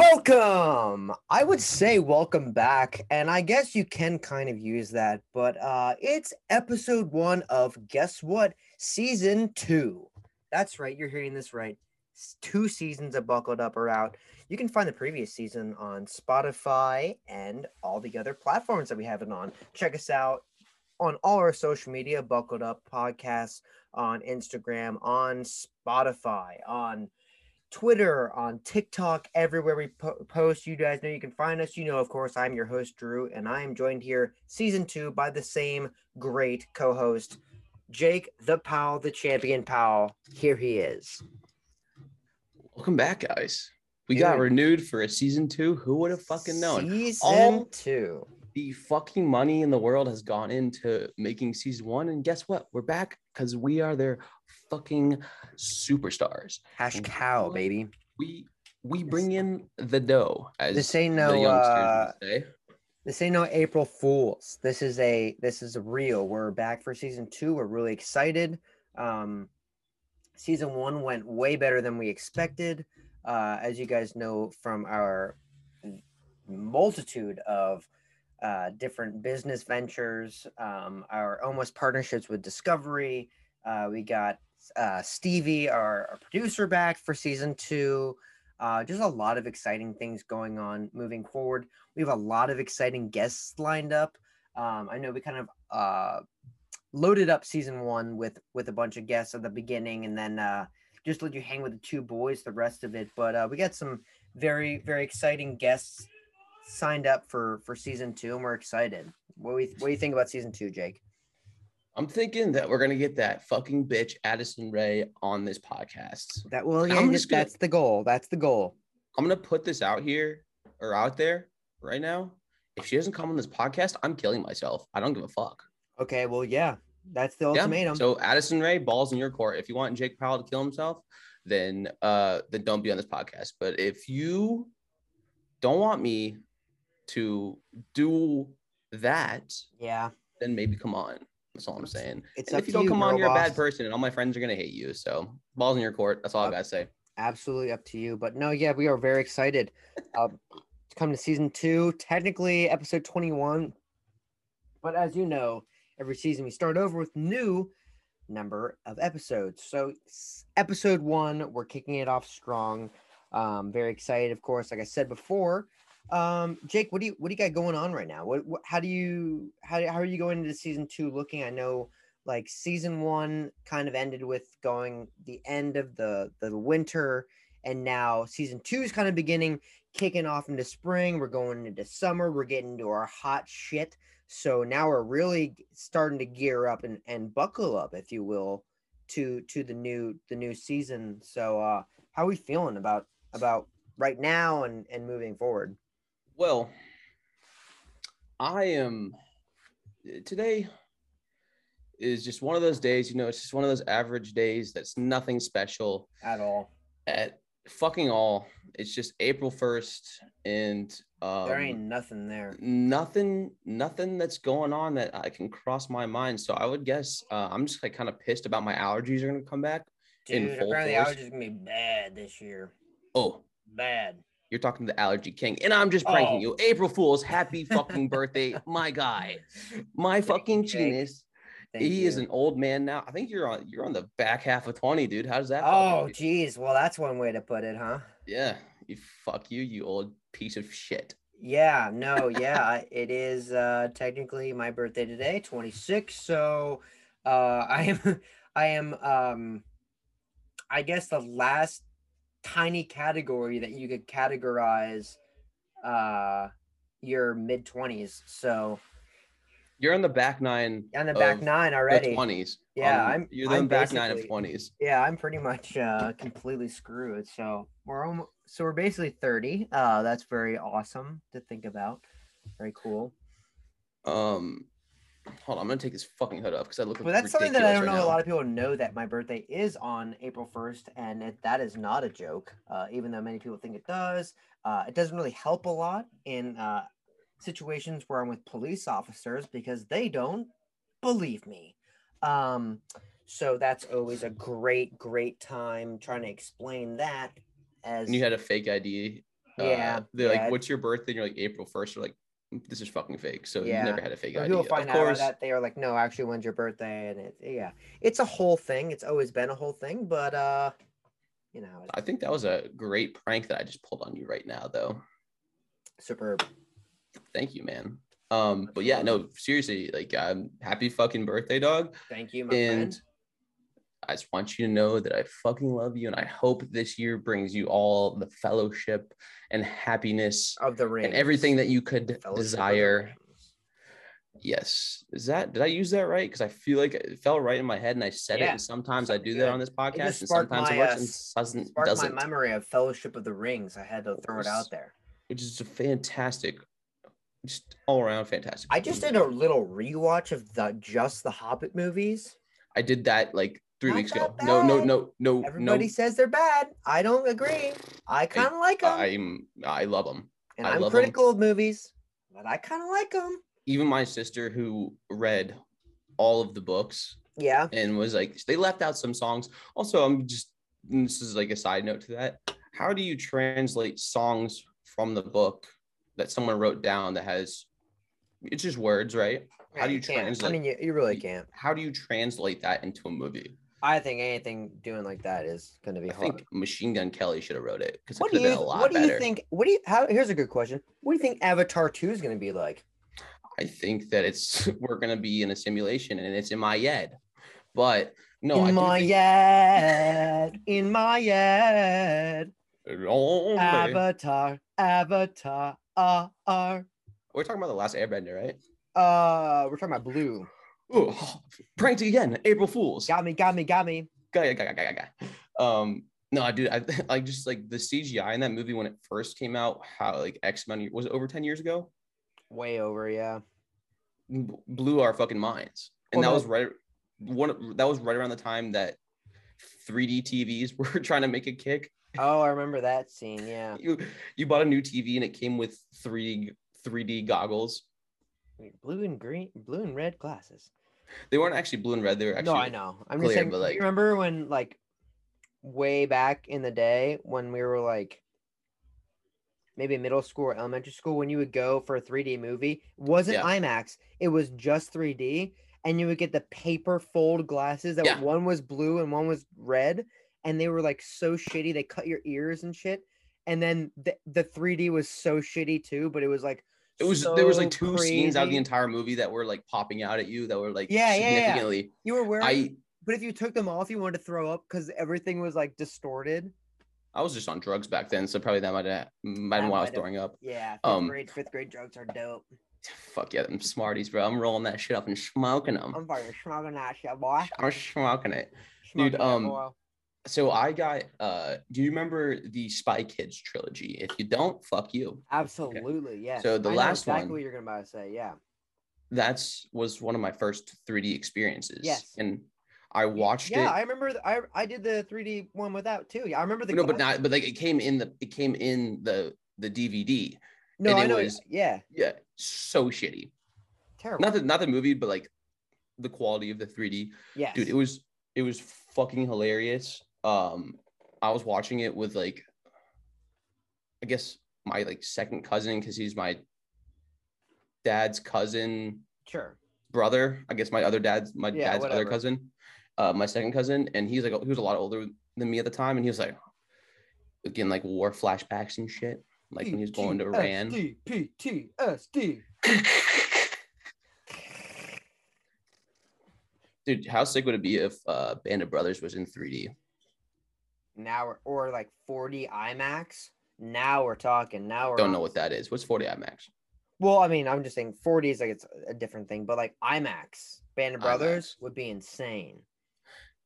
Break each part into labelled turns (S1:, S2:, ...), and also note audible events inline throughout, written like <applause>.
S1: Welcome. I would say welcome back, and I guess you can kind of use that, but uh, it's episode one of Guess What? Season two. That's right, you're hearing this right. S- Two seasons of Buckled Up are out. You can find the previous season on Spotify and all the other platforms that we have it on. Check us out on all our social media Buckled Up Podcasts on Instagram, on Spotify, on Twitter, on TikTok, everywhere we po- post. You guys know you can find us. You know, of course, I'm your host, Drew, and I am joined here, season two, by the same great co host, Jake the Powell, the champion Powell. Here he is.
S2: Welcome back, guys. We got
S1: Dude.
S2: renewed for a season two. Who would have fucking known?
S1: Season
S2: All-
S1: two.
S2: The fucking money in the world has gone into making season one. And guess what? We're back because we are their fucking superstars.
S1: Hash cow, baby.
S2: We we bring in the dough, as
S1: This ain't
S2: the
S1: no
S2: youngsters
S1: uh,
S2: would say.
S1: This ain't no April Fools. This is a this is real. We're back for season two. We're really excited. Um, season one went way better than we expected. Uh, as you guys know from our multitude of uh, different business ventures, um, our almost partnerships with Discovery. Uh, we got uh, Stevie, our, our producer, back for season two. Uh, just a lot of exciting things going on moving forward. We have a lot of exciting guests lined up. Um, I know we kind of uh, loaded up season one with with a bunch of guests at the beginning, and then uh, just let you hang with the two boys the rest of it. But uh, we got some very very exciting guests signed up for for season two, and we're excited. What do you, what do you think about season two, Jake?
S2: I'm thinking that we're gonna get that fucking bitch Addison Ray on this podcast.
S1: That well,
S2: I'm
S1: yeah,
S2: just gonna-
S1: that's the goal. That's the goal.
S2: I'm gonna put this out here or out there right now. If she doesn't come on this podcast, I'm killing myself. I don't give a fuck.
S1: Okay, well, yeah, that's the
S2: Yeah.
S1: ultimatum.
S2: So Addison Ray, balls in your court. If you want Jake Powell to kill himself, then uh then don't be on this podcast. But if you don't want me to do that,
S1: yeah,
S2: then maybe come on. That's all I'm saying.
S1: it's
S2: And
S1: up
S2: if you
S1: to
S2: don't come
S1: girl
S2: on, you're a
S1: boss.
S2: bad person, and all my friends are gonna hate you. So balls in your court. That's all I
S1: Uh,
S2: gotta say.
S1: absolutely up to you. But no, yeah, we are very excited uh, to come to season two, technically episode 21. But as you know, every season we start over with new number of episodes. So s- episode one, we're kicking it off strong. Um, very excited, of course. Like I said before, um, Jake, what do you what do you got going on right now? What, what how do you how, how are you going into season two looking? I know like season one kind of ended with going the end of the the winter and now season two is kind of beginning kicking off into spring we're going into summer we're getting into our hot shit so now we're really starting to gear up and and buckle up if you will to to the new the new season so uh how are we feeling about about right now and and moving forward
S2: Well, I am today is just one of those days, you know, it's just one of those average days that's nothing special
S1: at all
S2: at fucking all. It's just April 1st and um,
S1: there ain't nothing there
S2: nothing nothing that's going on that I can cross my mind. So I would guess uh, I'm just like kind of pissed about my allergies are going to come back. in
S1: dude
S2: full
S1: apparently
S2: force.
S1: i was just gonna be bad this year
S2: Oh,
S1: bad
S2: you're talking to the allergy king and i'm just pranking
S1: Oh.
S2: you april fools happy fucking birthday my guy my
S1: Thank you,
S2: fucking
S1: Jake.
S2: genius
S1: Thank
S2: he is
S1: you.
S2: an old man now i think you're on you're on the back half of 20 dude how does that fucking
S1: Oh,
S2: feel?
S1: geez. Well, that's one way to put it, huh?
S2: yeah you fuck you you old piece of shit
S1: Yeah. No. Yeah. it is uh, technically my birthday today, 26. So uh, <laughs> I am. I am. Um, I guess the last tiny category that you could categorize uh, your mid 20s. So
S2: you're on the back nine
S1: on the back
S2: of
S1: nine
S2: the
S1: already.
S2: 20s
S1: Yeah,
S2: Um,
S1: I'm-
S2: you're the
S1: I'm
S2: back nine of
S1: basically-
S2: 20s
S1: Yeah, I'm pretty much uh, completely screwed. So we're almost, so we're basically 30. Uh, that's very awesome to think about. Very cool.
S2: um hold on i'm gonna take this fucking hood off because i look
S1: But that's
S2: ridiculous
S1: something that I don't
S2: right
S1: know.
S2: now.
S1: A lot of people know that my birthday is on April 1st, and it, that is not a joke, uh, even though many people think it does. Uh, it doesn't really help a lot in uh, situations where I'm with police officers because they don't believe me. Um, so that's always a great, great time trying to explain that. As
S2: and you had a fake id
S1: Yeah,
S2: they're
S1: yeah.
S2: like, "What's your birthday?" And you're like, "April 1st. You're like, "This is fucking fake." So
S1: Yeah.
S2: you never had a fake
S1: Or
S2: idea.
S1: People find
S2: of
S1: out about
S2: course,
S1: that they are like, no, actually, when's your birthday? And it, yeah, it's a whole thing. It's always been a whole thing, but uh, you know,
S2: I think that was a great prank that I just pulled on you right now, though.
S1: it's superb.
S2: Thank you, man. Um, but yeah, no, seriously, like, um, happy fucking birthday, dog.
S1: Thank you, my
S2: And
S1: friend.
S2: I just want you to know that I fucking love you, and I hope this year brings you all the fellowship and happiness
S1: Of the ring
S2: and everything that you could
S1: Fellowship of the
S2: desire.
S1: Rings.
S2: Yes, is that did I use that right? Because I feel like it fell right in my head, and I said it.
S1: Yeah,
S2: And sometimes I
S1: sounded
S2: do
S1: good.
S2: that on this podcast, and
S1: sparked
S2: sometimes
S1: my,
S2: it
S1: uh,
S2: works, and doesn't
S1: Sparked
S2: doesn't,
S1: my memory of Fellowship of the Rings. I had to throw it out there.
S2: which is a fantastic, just all around fantastic.
S1: I just did a little rewatch of the just the Hobbit movies.
S2: I did that like three
S1: Not
S2: weeks ago.
S1: that
S2: No, no,
S1: bad.
S2: no, no,
S1: Everybody says they're bad. I don't agree. I kind of like them,
S2: no. I'm I love them.
S1: and
S2: I
S1: I'm
S2: love 'em.
S1: critical of movies, but I kind of like them.
S2: Even my sister who read all of the books
S1: Yeah.
S2: and was like they left out some songs. Also, I'm just and this is like a side note to that. How do you translate songs from the book that someone wrote down that has it's just words, right? How
S1: Yeah,
S2: do you
S1: can't.
S2: translate-
S1: I mean, you, you really
S2: you-
S1: can't.
S2: How do you translate that into a movie?
S1: I think anything doing like that is going to be
S2: I
S1: hard.
S2: think Machine Gun Kelly should have wrote it because it
S1: What
S2: could
S1: do
S2: have
S1: you
S2: been a lot
S1: What do
S2: better.
S1: you think? What do you? How, here's a good question. What do you think Avatar Two is going to be like?
S2: I think that it's <laughs> we're gonna be in a simulation and it's in my head. But no, I
S1: in
S2: do
S1: my
S2: think-
S1: head, in my
S2: <laughs>
S1: head,
S2: Lonely.
S1: Avatar, Avatar, uh, uh,
S2: We're talking about the last Airbender, right?
S1: uh, we're talking about blue.
S2: Ooh, <laughs> pranked again, April Fools.
S1: Got me, got me, got me.
S2: Guy, guy, guy, guy, guy, guy. Um, no, I do. I <laughs> like just like the CGI in that movie when it first came out. How like X Men was it over ten years ago?
S1: Way over, yeah.
S2: B- Blew our fucking minds, and
S1: Well,
S2: that
S1: no.
S2: was right. One that was right around the time that 3D TVs <laughs> were trying to make a kick.
S1: Oh, I remember that scene.
S2: <laughs>
S1: Yeah,
S2: you you bought a new TV and it came with three 3D goggles.
S1: blue and green, blue and red glasses.
S2: They weren't actually blue and red. They were actually
S1: no, I know. I'm
S2: clear,
S1: just saying.
S2: but,
S1: do
S2: like-
S1: you remember when, like, way back in the day, when we were like, maybe middle school or elementary school, when you would go for a 3D movie, wasn't
S2: Yeah.
S1: IMAX. It was just 3D, and you would get the paper fold glasses that
S2: Yeah.
S1: one was blue and one was red, and they were like so shitty. They cut your ears and shit. And then the, the 3D was so shitty too, but it was like
S2: It was there was like
S1: so
S2: two scenes out of the
S1: crazy.
S2: entire movie that were like popping out at you that were like
S1: Yeah, yeah, yeah.
S2: significantly.
S1: you were wearing
S2: I
S1: But if you took them off, you wanted to throw up because everything was like distorted.
S2: I was just on drugs back then, so probably that might have might
S1: That
S2: have why I was
S1: might have-
S2: throwing up.
S1: Yeah, fifth
S2: Um,
S1: grade, fifth grade drugs are dope.
S2: Fuck yeah, them Smarties, bro. I'm rolling that shit up and smoking them.
S1: I'm fucking smoking that shit, boy.
S2: I'm smoking it.
S1: Smoking
S2: Dude,
S1: that
S2: um,
S1: boy.
S2: So I got. uh Do you remember the Spy Kids trilogy? If you don't, fuck you.
S1: absolutely, yes.
S2: so the
S1: I know
S2: last
S1: exactly
S2: one-
S1: what you're gonna about to say, yeah.
S2: That's was one of my first 3D experiences.
S1: Yes.
S2: And I watched
S1: yeah,
S2: it.
S1: I remember. th- I I did the 3D one without too. Yeah, I remember the.
S2: no, but
S1: glasses.
S2: not. But like it came in the it came in the the DVD.
S1: No,
S2: and
S1: I
S2: it
S1: know.
S2: was-
S1: yeah,
S2: Yeah, so shitty.
S1: terrible.
S2: Not the not the movie, but like the quality of the 3D.
S1: yes,
S2: Dude, it was it was fucking hilarious. Um, I was watching it with like, I guess my like second cousin because he's my dad's cousin
S1: sure.
S2: brother. I guess my other dad's my
S1: Yeah,
S2: dad's
S1: whatever.
S2: other cousin, uh, my second cousin, and he's like he was a lot older than me at the time, and he was like, again like war flashbacks and shit, like when he was going to Iran.
S1: PTSD.
S2: Dude, how sick would it be if uh, Band of Brothers was in 3D?
S1: Now we're or like 40 IMAX. Now we're talking. Now we're
S2: Don't
S1: on
S2: know what that is. What's 40 IMAX?
S1: Well, I mean, I'm just saying 40 is like it's a different thing, but like IMAX, Band of Brothers would be insane.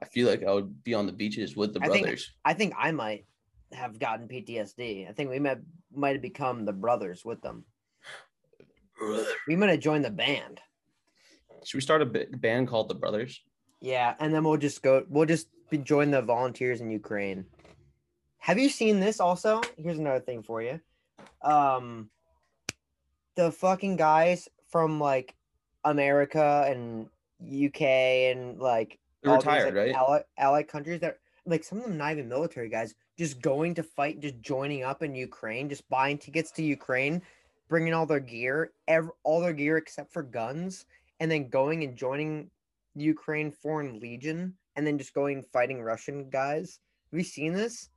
S2: I feel like I would be on the beaches with the
S1: I think-
S2: brothers.
S1: I think I might have gotten PTSD. I think we might might have become the brothers with them. We might have joined the band.
S2: Should we start a bi- band called the Brothers?
S1: Yeah, and then we'll just go we'll just be join the volunteers in Ukraine. Have you seen this also? Here's another thing for you. Um the fucking guys from like America and UK and like
S2: They're
S1: all these, like,
S2: retired, right?
S1: Ally, allied countries that like some of them not even military guys, just going to fight, just joining up in Ukraine, just buying tickets to Ukraine, bringing all their gear, ev- all their gear except for guns, and then going and joining the Ukraine Foreign Legion, and then just going and fighting Russian guys. Have you seen this?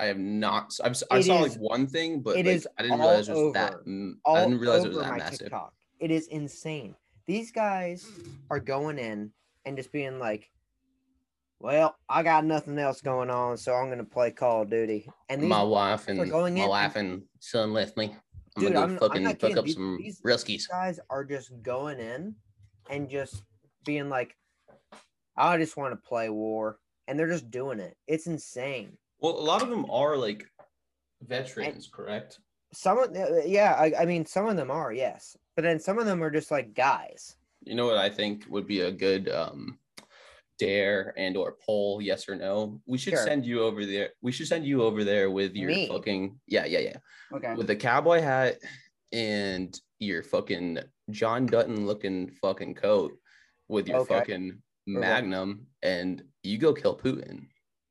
S2: I have not. I've, I
S1: It
S2: saw
S1: is-
S2: like one thing, but
S1: it
S2: like,
S1: is
S2: I didn't
S1: all
S2: realize it was that.
S1: over.
S2: m-
S1: all
S2: I didn't realize
S1: over
S2: it was that
S1: my
S2: massive.
S1: TikTok. It is insane. These guys are going in and just being like, "Well, I got nothing else going on, so I'm gonna play Call of Duty." And these,
S2: my wife and
S1: people are going
S2: my
S1: in
S2: wife and son left me. I'm
S1: Dude,
S2: gonna
S1: I'm-
S2: go
S1: I'm
S2: fucking
S1: not
S2: cook
S1: kidding.
S2: up
S1: These-
S2: some
S1: these-
S2: Rilskis.
S1: guys are just going in and just being like, "I just want to play war," and they're just doing it. It's insane.
S2: Well, a lot of them are like veterans, correct?
S1: Some of uh, yeah, I, I mean, some of them are yes, but then some of them are just like guys.
S2: You know what I think would be a good um, dare and or poll, yes or no. We should
S1: Sure.
S2: send you over there. We should send you over there with your
S1: Me?
S2: fucking yeah, yeah, yeah.
S1: Okay.
S2: With the cowboy hat and your fucking John Dutton looking fucking coat with your
S1: Okay.
S2: fucking magnum and you go kill Putin.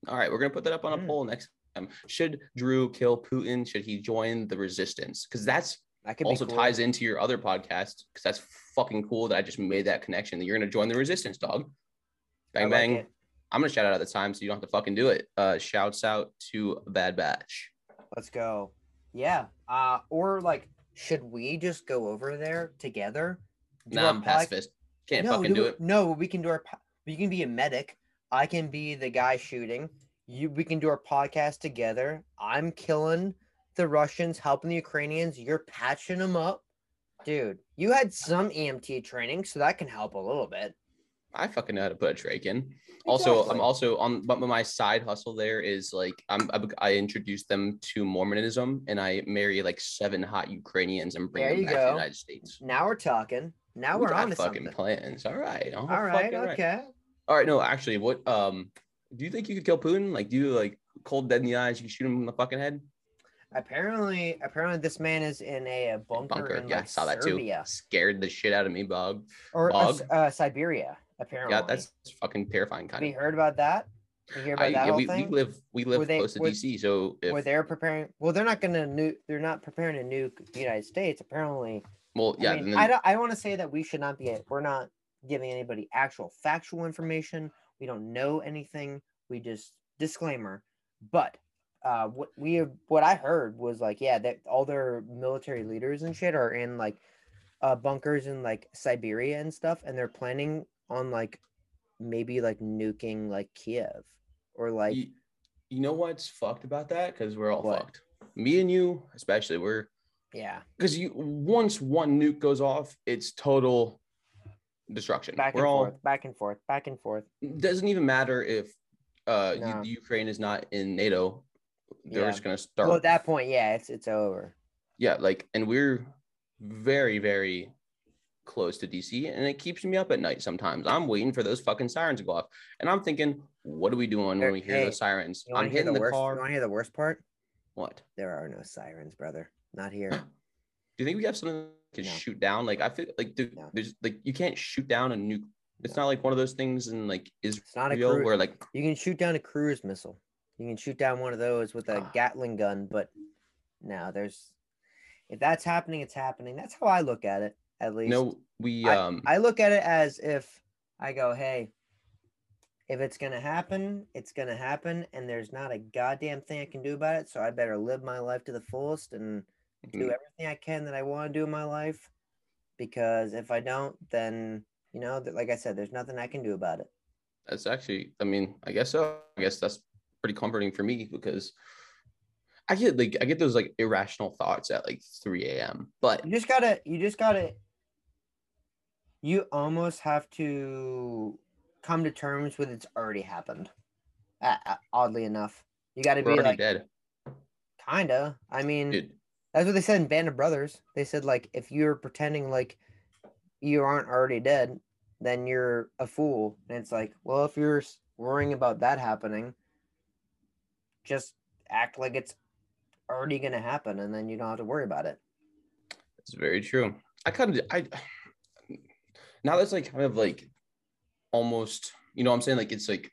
S2: All right, we're gonna put that up on a
S1: Hmm.
S2: poll next time. Should Drew kill Putin? Should he join the resistance? Because that's
S1: That could
S2: also
S1: be cool.
S2: ties into your other podcast because that's fucking cool that I just made that connection that you're gonna join the resistance, dog.
S1: I
S2: Bang
S1: like
S2: bang.
S1: it.
S2: I'm gonna shout out at the time so you don't have to fucking do it. Uh, shouts out to Bad Batch.
S1: Let's go. Yeah. Uh, or like, should we just go over there together? Do
S2: Nah,
S1: our
S2: I'm
S1: pod-
S2: pacifist. Can't fucking do
S1: we-
S2: it.
S1: No, we can do our. po- You can be a medic. I can be the guy shooting. You. We can do our podcast together. I'm killing the Russians, helping the Ukrainians. You're patching them up, dude. You had some EMT training, so that can help a little bit.
S2: I fucking know how to put a trach in. Also, I'm
S1: Exactly.
S2: also on. But my side hustle there is like I'm. I, I introduced them to Mormonism, and I marry like seven hot Ukrainians and bring
S1: There
S2: them
S1: you
S2: back to
S1: go.
S2: the United States.
S1: Now we're talking. Now
S2: We
S1: we're
S2: got
S1: on to
S2: fucking
S1: something.
S2: plans. All right. All,
S1: All right.
S2: fucking right.
S1: Okay.
S2: All right, no, actually, what um do you think you could kill Putin? Like do you like cold dead in the eyes, you shoot him in the fucking head?
S1: Apparently, apparently, this man is in a, uh, bunker, in
S2: Yeah, I
S1: like,
S2: saw that too.
S1: Serbia
S2: Scared the shit out of me, Bog.
S1: or uh,
S2: Bog.
S1: uh, Siberia. Apparently,
S2: Yeah, that's fucking terrifying kind
S1: we
S2: of.
S1: heard about that. We hear about
S2: I-
S1: that
S2: yeah,
S1: whole
S2: we, we
S1: thing.
S2: live we live
S1: they-
S2: close to
S1: were-
S2: DC, so if
S1: where they're preparing. Well, they're not gonna nuke. They're not preparing to nuke the United States. Apparently,
S2: well yeah,
S1: I, mean,
S2: and then,
S1: I don't. I want to say that we should not be. We're not giving anybody actual factual information. We don't know anything. We just disclaimer. But uh, what we what I heard was like, yeah, that all their military leaders and shit are in like uh, bunkers in like Siberia and stuff, and they're planning on like maybe like nuking like Kiev or like
S2: you, you know what's fucked about that? Because we're all
S1: What?
S2: fucked. Me and you, especially, we're
S1: yeah.
S2: because you once one nuke goes off, it's total destruction.
S1: back
S2: we're
S1: and
S2: all
S1: forth, back and forth, back and forth.
S2: doesn't even matter if uh U-
S1: No.
S2: the Ukraine is not in NATO. They're
S1: Yeah.
S2: just gonna start.
S1: Well, at that point, yeah, it's it's over.
S2: yeah, like, and we're very, very close to DC, and it keeps me up at night sometimes. I'm waiting for those fucking sirens to go off, and I'm thinking, what are we doing
S1: There-
S2: when we hear
S1: hey,
S2: those sirens?
S1: You want
S2: I'm
S1: to hear
S2: hitting
S1: the,
S2: the,
S1: worst? You
S2: car.
S1: want to hear the worst part?
S2: What?
S1: There are no sirens, brother. Not
S2: <clears throat>
S1: here.
S2: Do you think we have something to
S1: No.
S2: shoot down? Like, I feel like dude,
S1: No.
S2: there's like you can't shoot down a nuke. It's not like one of those things in like Israel
S1: It's not a cruise.
S2: where like
S1: You can shoot down a cruise missile. You can shoot down one of those with a
S2: Ah.
S1: Gatling gun, but no, there's. If that's happening, it's happening. That's how I look at it, at least.
S2: no we um
S1: I look at it as if I go, hey, if it's gonna happen, it's gonna happen, and there's not a goddamn thing I can do about it. So I better live my life to the fullest and do
S2: Mm.
S1: everything I can that I want to do in my life. Because if I don't, then you know, th- like I said, there's nothing I can do about it.
S2: That's actually, I mean, I guess so. I guess that's pretty comforting for me because I get like I get those like irrational thoughts at like 3 a.m. But
S1: You just gotta, you just gotta, you almost have to come to terms with it's already happened. Uh, uh, oddly enough, you gotta
S2: we're
S1: be
S2: already
S1: like, mm.
S2: dead,
S1: kinda. I mean,
S2: dude.
S1: That's what they said in Band of Brothers. They said like if you're pretending like you aren't already dead, then you're a fool. And it's like, well, if you're s- worrying about that happening, just act like it's already gonna happen, and then you don't have to worry about it.
S2: It's very true. I kind of I now that's like kind of like almost you know what I'm saying like it's like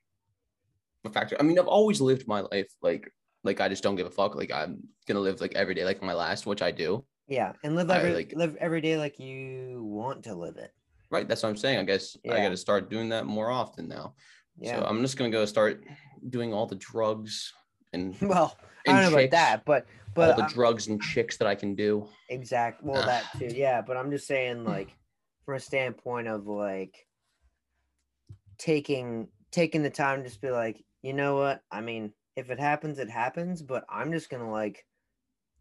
S2: a factor. I mean, I've always lived my life like like I just don't give a fuck. Like I'm gonna live like every day like my last, which I do.
S1: Yeah, and live
S2: I,
S1: every
S2: like-
S1: live every day like you want to live it.
S2: Right. That's what I'm saying. I guess I
S1: Yeah.
S2: gotta start doing that more often now.
S1: Yeah.
S2: So I'm just gonna go start doing all the drugs and,
S1: <laughs> well,
S2: and
S1: I don't know
S2: chicks,
S1: about that, but
S2: all
S1: Hmm, but
S2: the
S1: I'm-
S2: drugs and chicks that I can do.
S1: exact well
S2: Ah.
S1: that too. Yeah, but I'm just saying like from a standpoint of like taking taking the time to just be like, you know what? I mean, if it happens, it happens, but I'm just going to like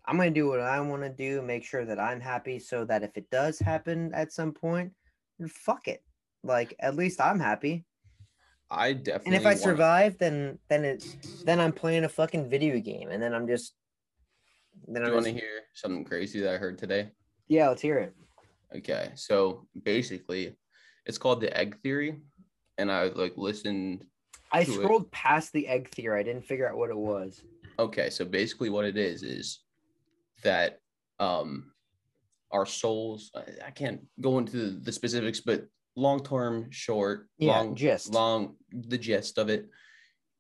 S1: I'm going to do what I want to do, make sure that I'm happy so that if it does happen at some point, fuck it. Like at least I'm happy.
S2: I definitely
S1: and if I
S2: wanna-
S1: survive, then then it then I'm playing a fucking video game, and then I'm just then
S2: do
S1: I'm
S2: you want to
S1: just,
S2: hear something crazy that I heard today?
S1: yeah. Let's hear it.
S2: Okay, so basically, it's called the egg theory, and I like listened.
S1: I
S2: Do it.
S1: scrolled past the egg theory. I didn't figure out what it was.
S2: Okay, so basically, what it is is that um our souls. I- I can't go into the specifics, but long term, short,
S1: Yeah,
S2: long,
S1: gist.
S2: long, the gist of it.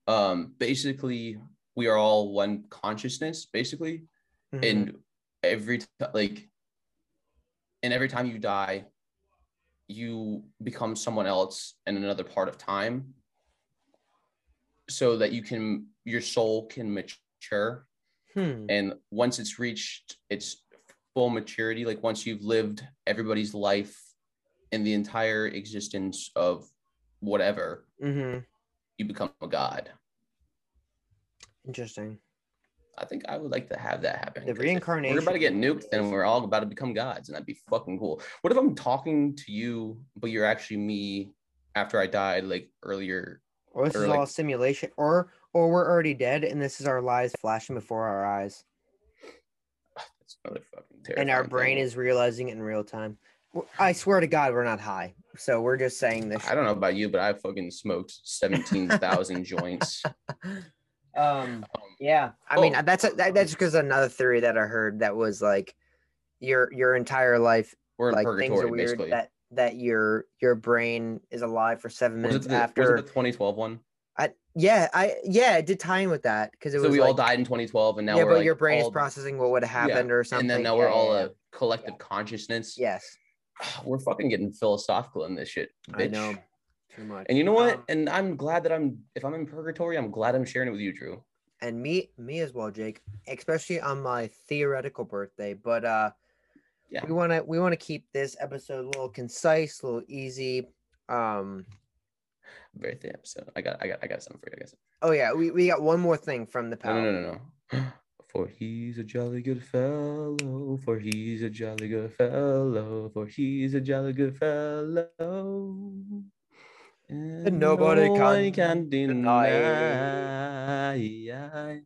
S2: Um, basically, we are all one consciousness. Basically,
S1: Mhm.
S2: Mm-hmm. and every t- like and every time you die you become someone else in another part of time so that you can your soul can mature
S1: Hmm.
S2: and once it's reached its full maturity like once you've lived everybody's life and the entire existence of whatever
S1: Mhm.
S2: you become a god
S1: Interesting.
S2: i think i would like to have that happen
S1: The
S2: 'cause if- We're about to get
S1: reincarnation
S2: nuked, then
S1: is-
S2: we're all about to become gods, and that'd be fucking cool. What if I'm talking to you, but you're actually me after I died, like earlier?
S1: Or this
S2: Or
S1: is
S2: like-
S1: all a simulation, or or we're already dead, and this is our lives flashing before our eyes,
S2: That's another fucking terrible.
S1: and our brain is realizing it in real time. W- I swear to God, we're not high, so we're just saying this.
S2: I don't know about you, but I fucking smoked seventeen
S1: <laughs>
S2: thousand joints.
S1: um
S2: Um,
S1: yeah i mean uh,
S2: oh.
S1: that's a, that, that's because another theory that i heard that was like your your entire life
S2: We're in
S1: like things are
S2: purgatory,
S1: weird
S2: basically.
S1: that that your your brain is alive for seven
S2: Was
S1: minutes
S2: it, the,
S1: after
S2: was it the 2012 one?
S1: I, yeah i yeah it did tie in with that because it
S2: So
S1: was
S2: we all
S1: like-
S2: died in 2012, and now
S1: yeah
S2: we're
S1: but
S2: like
S1: your brain is
S2: all-
S1: processing what would have
S2: Yeah,
S1: happened or something
S2: And then now
S1: Yeah,
S2: we're
S1: yeah,
S2: all
S1: yeah.
S2: a collective consciousness.
S1: yes
S2: <sighs> We're fucking getting philosophical in this shit, bitch.
S1: i know too much
S2: And you know what?
S1: Um,
S2: and I'm glad that I'm if I'm in purgatory, I'm glad I'm sharing it with you, Drew.
S1: and me me as well jake especially on my theoretical birthday but uh
S2: Yeah.
S1: we want to we want to keep this episode a little concise a little easy um
S2: Birthday episode. I got I got I got something for you. I got something.
S1: oh yeah we, we got one more thing from the pal
S2: No, no, no, no, no. <gasps> For he's a jolly good fellow. For he's a jolly good fellow. For he's a jolly good fellow. And
S1: nobody
S2: no one
S1: can
S2: can
S1: deny.
S2: deny.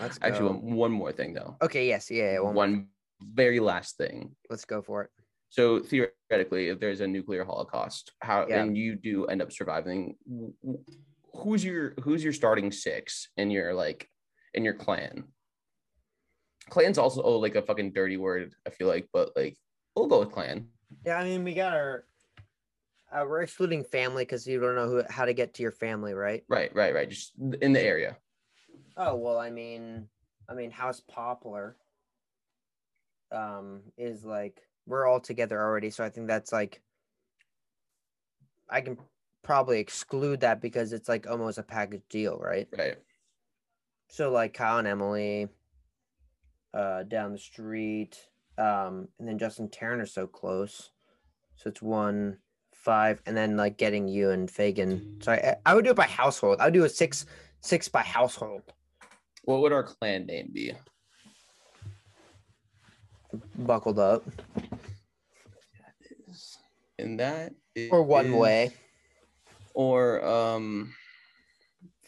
S1: let's go
S2: Actually, one, one more thing though.
S1: okay yes yeah, yeah one, more.
S2: one very last thing.
S1: let's go for it
S2: So theoretically, if there's a nuclear holocaust, how
S1: Yeah.
S2: and you do end up surviving, w- w- who's your who's your starting six in your like in your clan? Clan's also like a fucking dirty word, I feel like, but like we'll go with clan.
S1: yeah i mean we got our uh, we're excluding family because you don't know who, how to get to your family right
S2: Right, right, right. Just in the area.
S1: oh well i mean i mean house poplar um is like we're all together already so i think that's like i can probably exclude that because it's like almost a package deal right
S2: Right.
S1: so like Kyle and Emily, uh, down the street, um, and then Justin Tarrant are so close, so it's one five, and then like getting you and Fagan. So I, I would do it by household. I would do a six six by household.
S2: What would our clan name be?
S1: Buckled up
S2: And that is,
S1: or one way.
S2: Or um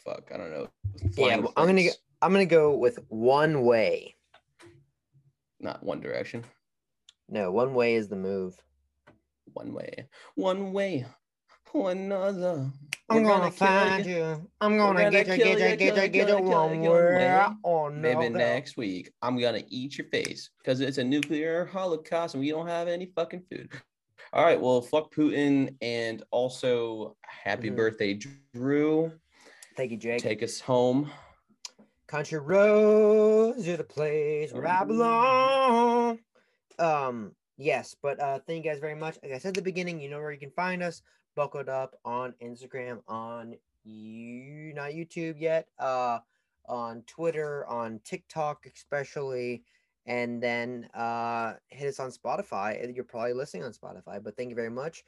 S2: fuck, I don't know. Flying
S1: well, I'm gonna
S2: Clicks.
S1: I'm gonna go with one way.
S2: not one direction.
S1: No, one way is the move.
S2: one way, one way, one other.
S1: I'm
S2: We're
S1: gonna,
S2: kill
S1: find
S2: you.
S1: you. I'm gonna,
S2: gonna
S1: get you, get
S2: kill you,
S1: you, get
S2: kill
S1: you,
S2: you,
S1: get
S2: kill
S1: you
S2: you,
S1: one
S2: kill you, one
S1: way Oh,
S2: way.
S1: or
S2: Maybe
S1: another.
S2: next week I'm gonna eat your face because it's a nuclear holocaust and we don't have any fucking food. All right, well, fuck Putin and also happy
S1: Mhm.
S2: birthday, Drew.
S1: Thank you, Jake.
S2: Take us home.
S1: Country roads are the place where I belong. Um, yes, but uh, thank you guys very much. Like I said at the beginning, you know where you can find us. Buckled up on Instagram, on you not YouTube yet, uh, on Twitter, on TikTok especially, and then uh, hit us on Spotify. You're probably listening on Spotify, but thank you very much.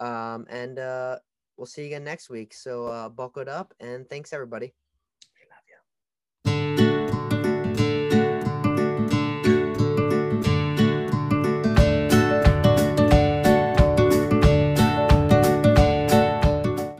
S1: Um, and uh, we'll see you again next week. So uh, buckled up, and thanks everybody.